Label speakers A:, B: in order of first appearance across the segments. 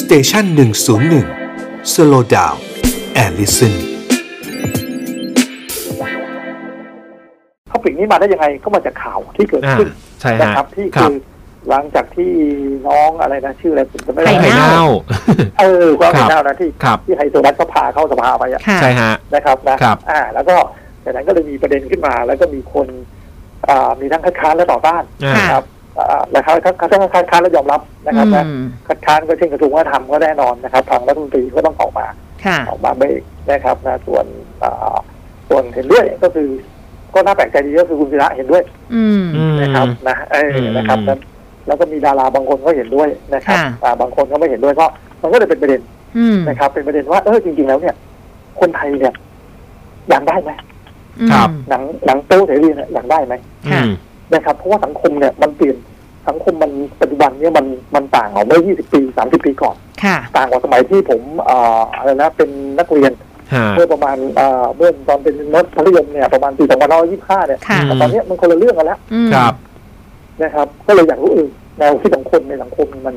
A: สเตชันหนึ่งศูนย์หนึ่งสโลดาวแอลลิสัน
B: ท็อปิกนี้มาได้ยังไงก็มาจากข่าวที่เกิด
C: อ่า
B: ขึ้น
C: ใช่
B: นะ
C: ฮะ
B: ครับที่
C: ครั
B: คื
C: บ
B: อหลังจากที่น้องอะไรนะชื่ออะไรผมจะไม่
C: ไข่
B: ได้
D: ไข่เน่า
C: เน่า
B: เออความ
C: ครั
B: เป็น
C: บ
B: เน่านะที่
C: ครับ
B: ที่ไฮโซนัทเขาพาเข้าสภาไปอะ
D: ค่ะ
C: ใช่ฮะ
B: นะครับนะครับ อ่า แล้วก็จากนั้นก็เลยมีประเด็นขึ้นมา แล้วก็มีคนอ่ามีทั้งคัดค้านและต่อต้าน
C: อ่า
B: นะค
D: ค่ะ
B: รับอ่าแล้วเขาทั้งทั้งคัดค้านและยอมรับนะครับนะ
D: อืม
B: คัดค้านก็เช่นกระทรวงวัฒนธรรมก็แน่นอนนะครับทางรัฐมนตรีก็ต้องออกมา
D: ค่ะ
B: ออกมาไม่นะครับนะส่วนอ่าส่วนเห็นด้วยก็คือ ก็น่าแปลกใจดีก็คือคุณศิระเห็นด้วย
D: อืม
C: อืม
B: นะครับนะเออ
C: อืม
B: นะครับแล้วแล้วก็มีดาราบางคนก็เห็นด้วยนะครับ
D: ค่ะ
B: อ่าบางคนก็ไม่เห็นด้วยก็มันก็เลยเป็นประเด็น
D: อืม
B: นะครับ เป็นประเด็นว่าเออจริง ๆ แล้วเนี่ย คนไทยเนี่ยอยากได้ไหม
C: ครับ
B: หนังหนังโป๊เสรีเนี่ยอยากได้ไหม
C: อื
D: ค่ะ
C: ม
B: นะครับ เพราะว่าสังคมเนี่ยมันเปลี่ยนสังคมมันปัจจุบันเนี่ยมันมันต่างออกเมื่อ 20 ปี 30 ปีก่อน
D: ค่ะ
B: ต่างกว่าสมัยที่ผมอ่าอะไรนะเป็นนักเรียน
C: ฮะ
B: เมื่อประมาณเอ่อเมื่อตอนเป็นนักมัธยมเนี่ยประมาณปี2525 เนี่ย
D: ค่ะ
C: อื
B: แต่
C: ม
B: ตอนเนี้ยมันคนละเรื่องกันแล้ว
D: อืม
C: ครับ
B: นะครับ ก็เลยอยากรู้เออแนวคิดของคนในสังคมมัน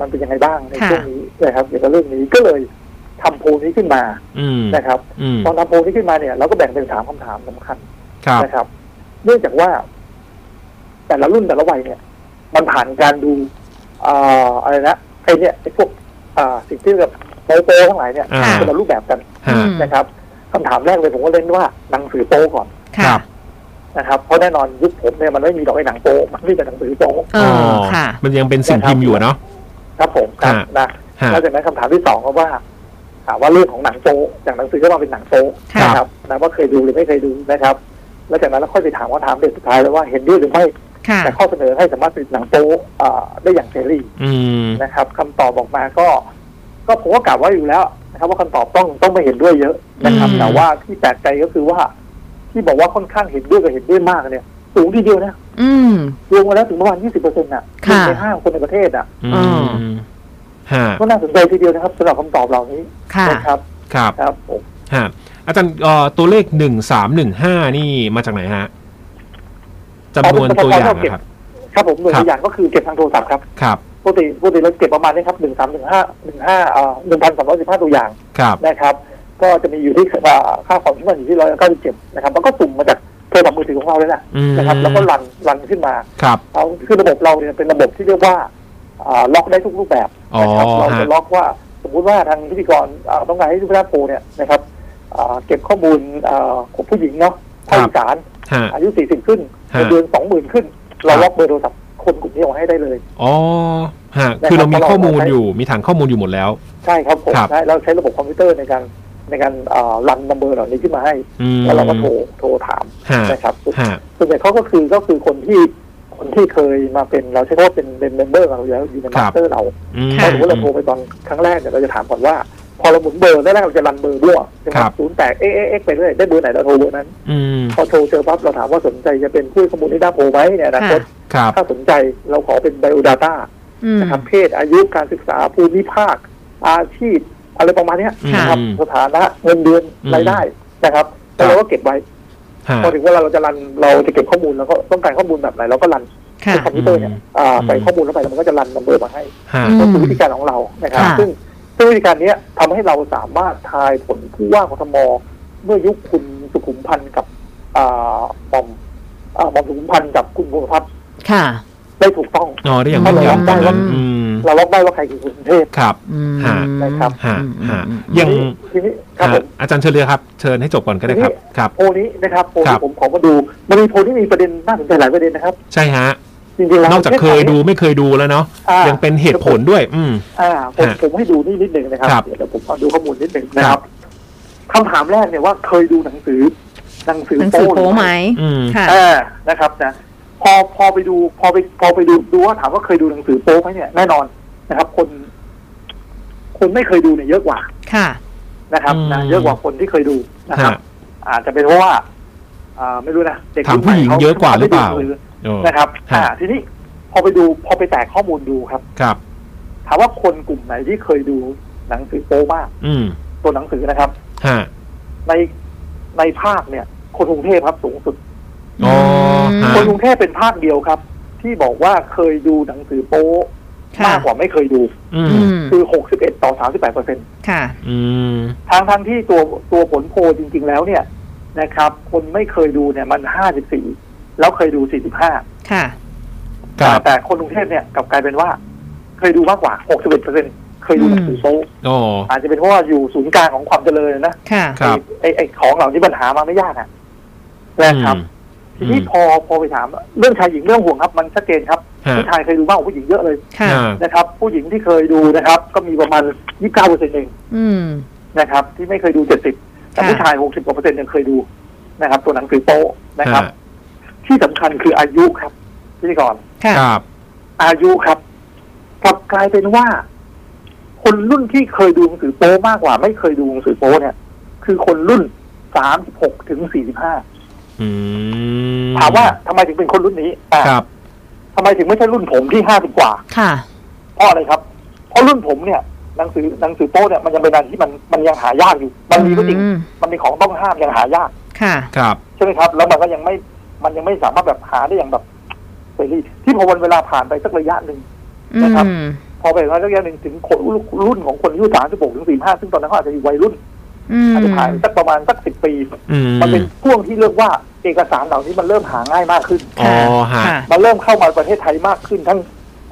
B: มันเป็นยังไงบ้างในช่วงนี้นะครับเกี่ยวกับเรื่องนี้ก็เลยทำโพลนี้ขึ้นมา
C: อืม
B: นะครับ
C: อืม
B: ตอนทำโพลนี้ขึ้นมาเนี่ยเราก็แบ่งเป็นสามคำถามสำคัญ
C: ครับ
B: นะครับ เนื่องจากว่า แต่ละรุ่นแต่ละวัยเนี่ย มันผ่านการดูเอ่ออะไรนะไอเนี่ยไอพวกอ่าสิ่งที่แบบโป๊ะๆทั้งหลายเนี่ย
C: อ่า
B: เป็นละรูปแบบกัน
C: ฮะ
D: อืม
B: นะครับคำถามแรกเลยผมก็เล่นว่าหนังสือโป้ก่อน
C: ครั
D: ค่ะ
C: บ
B: นะครับเพราะแน่นอนยุคผมเนี่ยมันไม่มีดอกไอ้หนังโป้มันมีแต่หนังสือโป้
D: เออค่ะ
C: มันยังเป็นสิ่งพิมพ์อยู่อะเนาะ
B: ครับผมครับ
C: ฮะ
B: นะ
C: ฮะ
B: แล้วจากนั้นคำถามที่สองก็ว่าถามว่าเรื่องของหนังโป้จากหนังสือก็มาเป็นหนังโป้
D: ครับ
B: นะครับนะว่าเคยดูหรือไม่เคยดูนะครับ แล้วจากนั้นแล้วค่อยไปถามคำถามเด็กสุดท้ายแล้วว่าเห็นด้วยหรือไม่
D: ค่ะ
B: แต่ข้อเสนอให้สามารถผลิตหนังโป้อ่าได้อย่างเสรี
C: อืม
B: นะครับคำตอบออกมาก็ ก็ผมก็กล่าวไว่าอยู่แล้วนะครับ ว่าคำตอบต้องต้องไม่เห็นด้วยเยอะนะครับ
D: อืม
B: แต่ว่าที่แปลกใจก็คือว่า ที่บอกว่าค่อนข้างเห็นด้วยกับเห็นด้วยมากเนี่ย สูงทีเดียวนะ
D: อืม
B: รวมกันแล้วถึงประมาณ 20เปอร์เซ็นต์น่ะห
D: ค่ะ
B: นึ่งในห้าคนในประเทศอ่ะ
C: อืมฮะ
B: ก็น่าสนใจทีเดียวนะครับสำหรับคำตอบเหล่านี้
D: ค่ะ
B: นะครับ
C: ครับ
B: ครับผม
C: ฮะอาจารย์เอ่อตัวเลขหนึ่งสามหนึ่งห้านี่มาจากไหนฮะจำนวนตัวอย่างนะครับ
B: ครับผมหน่วย
C: ครับ
B: ตัวอย่างก็คือเก็บทางโทรศัพท์ครับ
C: ครับ
B: ปกติปกติเราเก็บประมาณนี้ครับหนึ่งสามหนึ่งห้าหนึ่งห้าเอ่อหนึ่งพันสามร้อยสิบห้าตัวอย่าง
C: ครับ
B: นะครับ ก็จะมีอยู่ที่เอ่อค่าความที่มันอยู่ที่ร้อยเก้าสิบเจ็ดนะครับมันก็สุ่มมาจากโทรศัพท์มือถือของเราเลยนะ
C: อืม
B: นะครับ แล้วก็รันรันขึ้นมา
C: ครับ
B: เราคือระบบเราเนี่ยเป็นระบบที่เรียกว่าอ่าล็อกได้ทุกรูปแบบนะครับ
C: อ๋อ
B: เราจะ
C: ฮะ
B: ล็อกว่าสมมุติว่าทางพิธีกรอ่าต้องการให้ทุกท่านโพลเนี่ยนะครับอ่าเก็บข้อมูลอ่าของผู้หญิงเนาะภาคอีสาน
C: ฮะ
B: อายุ 40 ขึ้น
C: ฮะ
B: เงินเดือน 20,000 ขึ้น เรา
C: ครับ
B: ล็อกเบอร์โทรศัพท์คนกลุ่มนี้เอาให้ได้เลย
C: อ๋อฮะคือเรามีข้อมูลอยู่มีฐานข้อมูลอยู่หมดแล้ว
B: ใช่ครับผม
C: ครับ
B: ใช่เราใช้ระบบคอมพิวเตอร์ในการในการอ่ารันนัมเบอร์เหล่านี้ขึ้นมาให้
C: อืม
B: แล้วเราก็โทรโทรถาม
C: ฮะ
B: นะครับ
C: ฮะ
B: ส่วนใหญ่เขาก็คือก็คือคนที่คนที่เคยมาเป็นเราใช้คำว่าเป็นเป็นเมมเบอร์เราอยู่แล้วอยู่ในมาสเตอร์เรา
C: อืม
B: ถ้าสมมติเราโทรไปตอนครั้งแรกเนี่ยเราจะถามก่อนว่า พอเราหมุนเบอร์แรกๆเราจะรันเบอร์ด้วยใช่ไหม
C: ครับ
B: ศูนย์แปดเอ๊ะเอ๊ะเอ๊ะไปเรื่อยได้เบอร์ไหนเราโทรเบอร์นั้น
C: อืม
B: พอโทรเจอปั๊บเราถามว่าสนใจจะเป็นผู้ให้ข้อมูลที่ด้าโพลไหมเนี่ยนะค
D: ค่ะ
B: ต
C: ครับ
B: ถ้าสนใจเราขอเป็นไบโอดาต้า
D: อืม
B: นะครับเพศอายุการศึกษาภูมิภาค อาชีพ อะไรประมาณเนี้ย
D: ค่ะ
B: นะครับ
C: อืม
B: สถานะเงินเดือน
C: อืม
B: รายได้นะครับแล้วเราก็เก็บไว้
C: ฮะ
B: พอถึงเวลาเราจะรันเราจะเก็บข้อมูลแล้วก็ต้องการข้อมูลแบบไหนเราก็รัน
D: ค่ะ
B: ในคอมพิวเตอร์เนี่ยอ่าใส่
C: อืม
B: ข้อมูลเข้าไปแล้วมันก็จะรันนัมเบอร์มาให้
C: ฮะ
B: ก็คือวิธีการของเรานะครับ
D: ค่ะ
B: ซึ่งซึ่งวิธีการเนี้ยทำให้เราสามารถทายผลผู้ว่ากทมเมื่อยุคคุณสุขุมพันธ์กับอ่าหม่อมอ่าหม่อมสุขุมพันธ์กับคุณพงษ์พัฒน์
D: ค่ะ
B: ได้ถูกต้อง
C: อ๋อได้อย่างแม่นยำตอนนั้น
D: อืม
C: อืม
B: เราล็อกได้ว่าใครคือคุณเทพ
C: ครับ
D: อืม
C: ฮะ
B: นะครับ
C: ฮะ
D: อืมอืม
C: ฮะ
D: อืม
C: อย่าง
B: ทีนี้ทีนี้ครับ
C: ฮะ
B: ผม
C: อาจารย์เชิญเลยครับ เชิญให้จบก่อนก็ได้ครับ ครับ
B: โพลนี้นะครับโพล
C: ครั
B: ที่
C: บ
B: ผมขอมาดูมันมีโพลที่มีประเด็นน่าสนใจหลายประเด็นนะครับ
C: ใช่ฮะ
B: จริงๆแล้ว
C: นอกจากเคยดูไม่เคยดูแล้วเนาะ
B: อ่า
C: ยังเป็นเหตุผลด้วย อืม
B: อ่าผม
C: ฮะ
B: ผมให้ดูนี่นิดหนึ่งนะครั
C: ครับ
B: เดี๋ยวผมขอดูข้อมูลนิดหนึ่งนะครับคำถามแรกเนี่ยว่าเคยดูหนังสือหนังสือ
D: หนังสือ
B: โป้หรื
D: โป๊
B: อ
D: ไหม
B: ไม่
C: อืม
D: ค่ะ
B: เออนะครับนะพอพอไปดูพอไปพอไปดูดูว่าถามว่าเคยดูหนังสือโป๊ไหมเนี่ยแน่นอนนะครับ คน คนไม่เคยดูเนี่ยเยอะกว่า
D: ค่ะ
B: นะครับนะ
C: อืม
B: เยอะกว่าคนที่เคยดูนะครับ
C: ฮะ
B: อาจจะเป็นเพราะว่าอ่าไม่รู้นะเด็ก
C: ถาม
B: รุ่นใม่
C: ผู้หญิงเยอะกว่าหรือเปล่า
B: ขไม่ดู
C: เออ
B: นะครับ
C: ฮะ
B: อ่าทีนี้พอไปดูพอไปแตกข้อมูลดูครับ
C: ครับ
B: ถามว่าคนกลุ่มไหนที่เคยดูหนังสือโป๊มาก
C: อืม
B: ตัวหนังสือนะครับ
C: ฮะ
B: ในในภาคเนี่ย คนกรุงเทพครับสูงสุด
C: อ๋อฮะ
B: คนกรุงเทพเป็นภาคเดียวครับ ที่บอกว่าเคยดูหนังสือโป๊ มากกว่าไม่เคยดู
C: อืม
D: อืม
B: คือ 61 ต่อ 38เปอร์เซ็นต์
D: ค่ะ
C: อืม
B: ทางทางที่ตัวตัวผลโพลจริง ๆ แล้วเนี่ยนะครับ คนไม่เคยดูเนี่ยมัน 54 แล้วเคยดู 45
D: ค่ะ
C: กับ
B: แต่คนกรุงเทพเนี่ยกลับกลายเป็นว่า เคยดูมากกว่า 61เปอร์เซ็นต์เคยดูหนังสือโป๊ะ
C: อ๋อ
B: อาจจะเป็นเพราะว่าอยู่ศูนย์กลางของความเจริญนะ
D: ค่ะ
C: ครับ
B: ไอ้ไอ้ของเหล่านี้ปัญหามาไม่ยากอะนะครับ
C: อื
B: ที
C: ม
B: นี้พอพอไปถาม เรื่องชายหญิงเรื่องห่วงครับมันชัดเจนครับ
C: ฮะ
B: ผู้ชายเคยดูมากกว่าผู้หญิงเยอะเลย
D: ค่ะ
C: อ่า
B: นะครับ ผู้หญิงที่เคยดูนะครับ ก็มีประมาณ 29เปอร์เซ็นต์เอง
D: อืม
B: นะครับ ที่ไม่เคยดู 70 แต่
D: ค่ะ
B: ผู้ชาย 60กว่าเปอร์เซ็นต์ยังเคยดูนะครับ ตัวหนังสือโป๊ะนะครับ
C: ฮะ
B: ที่สำคัญคืออายุครับพิธีกร
D: ค่ะ
C: ครับ
B: อายุครับกลับกลายเป็นว่า คนรุ่นที่เคยดูหนังสือโป๊ะมากกว่า ไม่เคยดูหนังสือโป๊ะเนี่ย คือคนรุ่น 36ถึง45
C: อืม
B: ถามว่าทำไมถึงเป็นคนรุ่นนี้อ่ะ
C: ครับ
B: ทำไมถึงไม่ใช่รุ่นผมที่ห้าสิบกว่า
D: ค่ะ
B: เพราะอะไรครับ เพราะรุ่นผมเนี่ยหนังสือหนังสือโป้เนี่ยมันยังเป็นอะไรที่มันมันยังหายากอยู่ มันมีก็จริง
D: อืม
B: มันมีของต้องห้ามยังหายาก
D: ค่ะ
C: ครับ
B: ใช่ไหมครับ แล้วมันก็ยังไม่มันยังไม่สามารถแบบหาได้อย่างแบบเสรีที่พอวันเวลาผ่านไปสักระยะหนึ่ง
D: อื
B: นะครับ
D: ม
B: พอไปสักระยะหนึ่งถึงคนรุ่นของคนอายุสามสิบหกถึงสี่ห้าซึ่งตอนนั้นเขาอาจจะอยู่วัยรุ่น
D: อืม
B: อาจจะผ่านไปสักประมาณสักสิบปี
C: อืม
B: มันเป็นช่วงที่เรียกว่าเอกสารเหล่านี้มันเริ่มหาง่ายมากขึ้น
C: อ๋อฮะ
D: ค่ะ
B: มันเริ่มเข้ามาประเทศไทยมากขึ้นทั้ง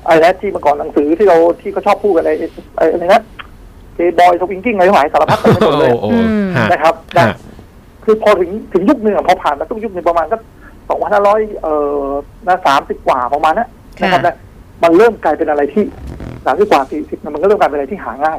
B: อะไรนะที่เมื่อก่อนหนังสือที่เราที่เขาชอบพูดกันอะไรไอ้อะไรนะเบอยสวิงกิ้งอะไรทั้งหลายสารพัดเต็มไป
C: โอ้
B: หมด
C: โห
B: เลย
C: โอ้
D: อื
C: โห
D: ม
C: ฮะ
B: นะครับนะ
C: ฮะ
B: คือพอถึงถึงยุคหนึ่งอะพอผ่านมาต้องยุคหนึ่งประมาณสักสองพันห้าร้อยเอ่อนะสามสิบกว่าประมาณนะนะครับ
D: ค่ะ
B: นะมันเริ่มกลายเป็นอะไรที่สามสิบกว่าสี่สิบมันก็เริ่มกลายเป็นอะไรที่หาง่าย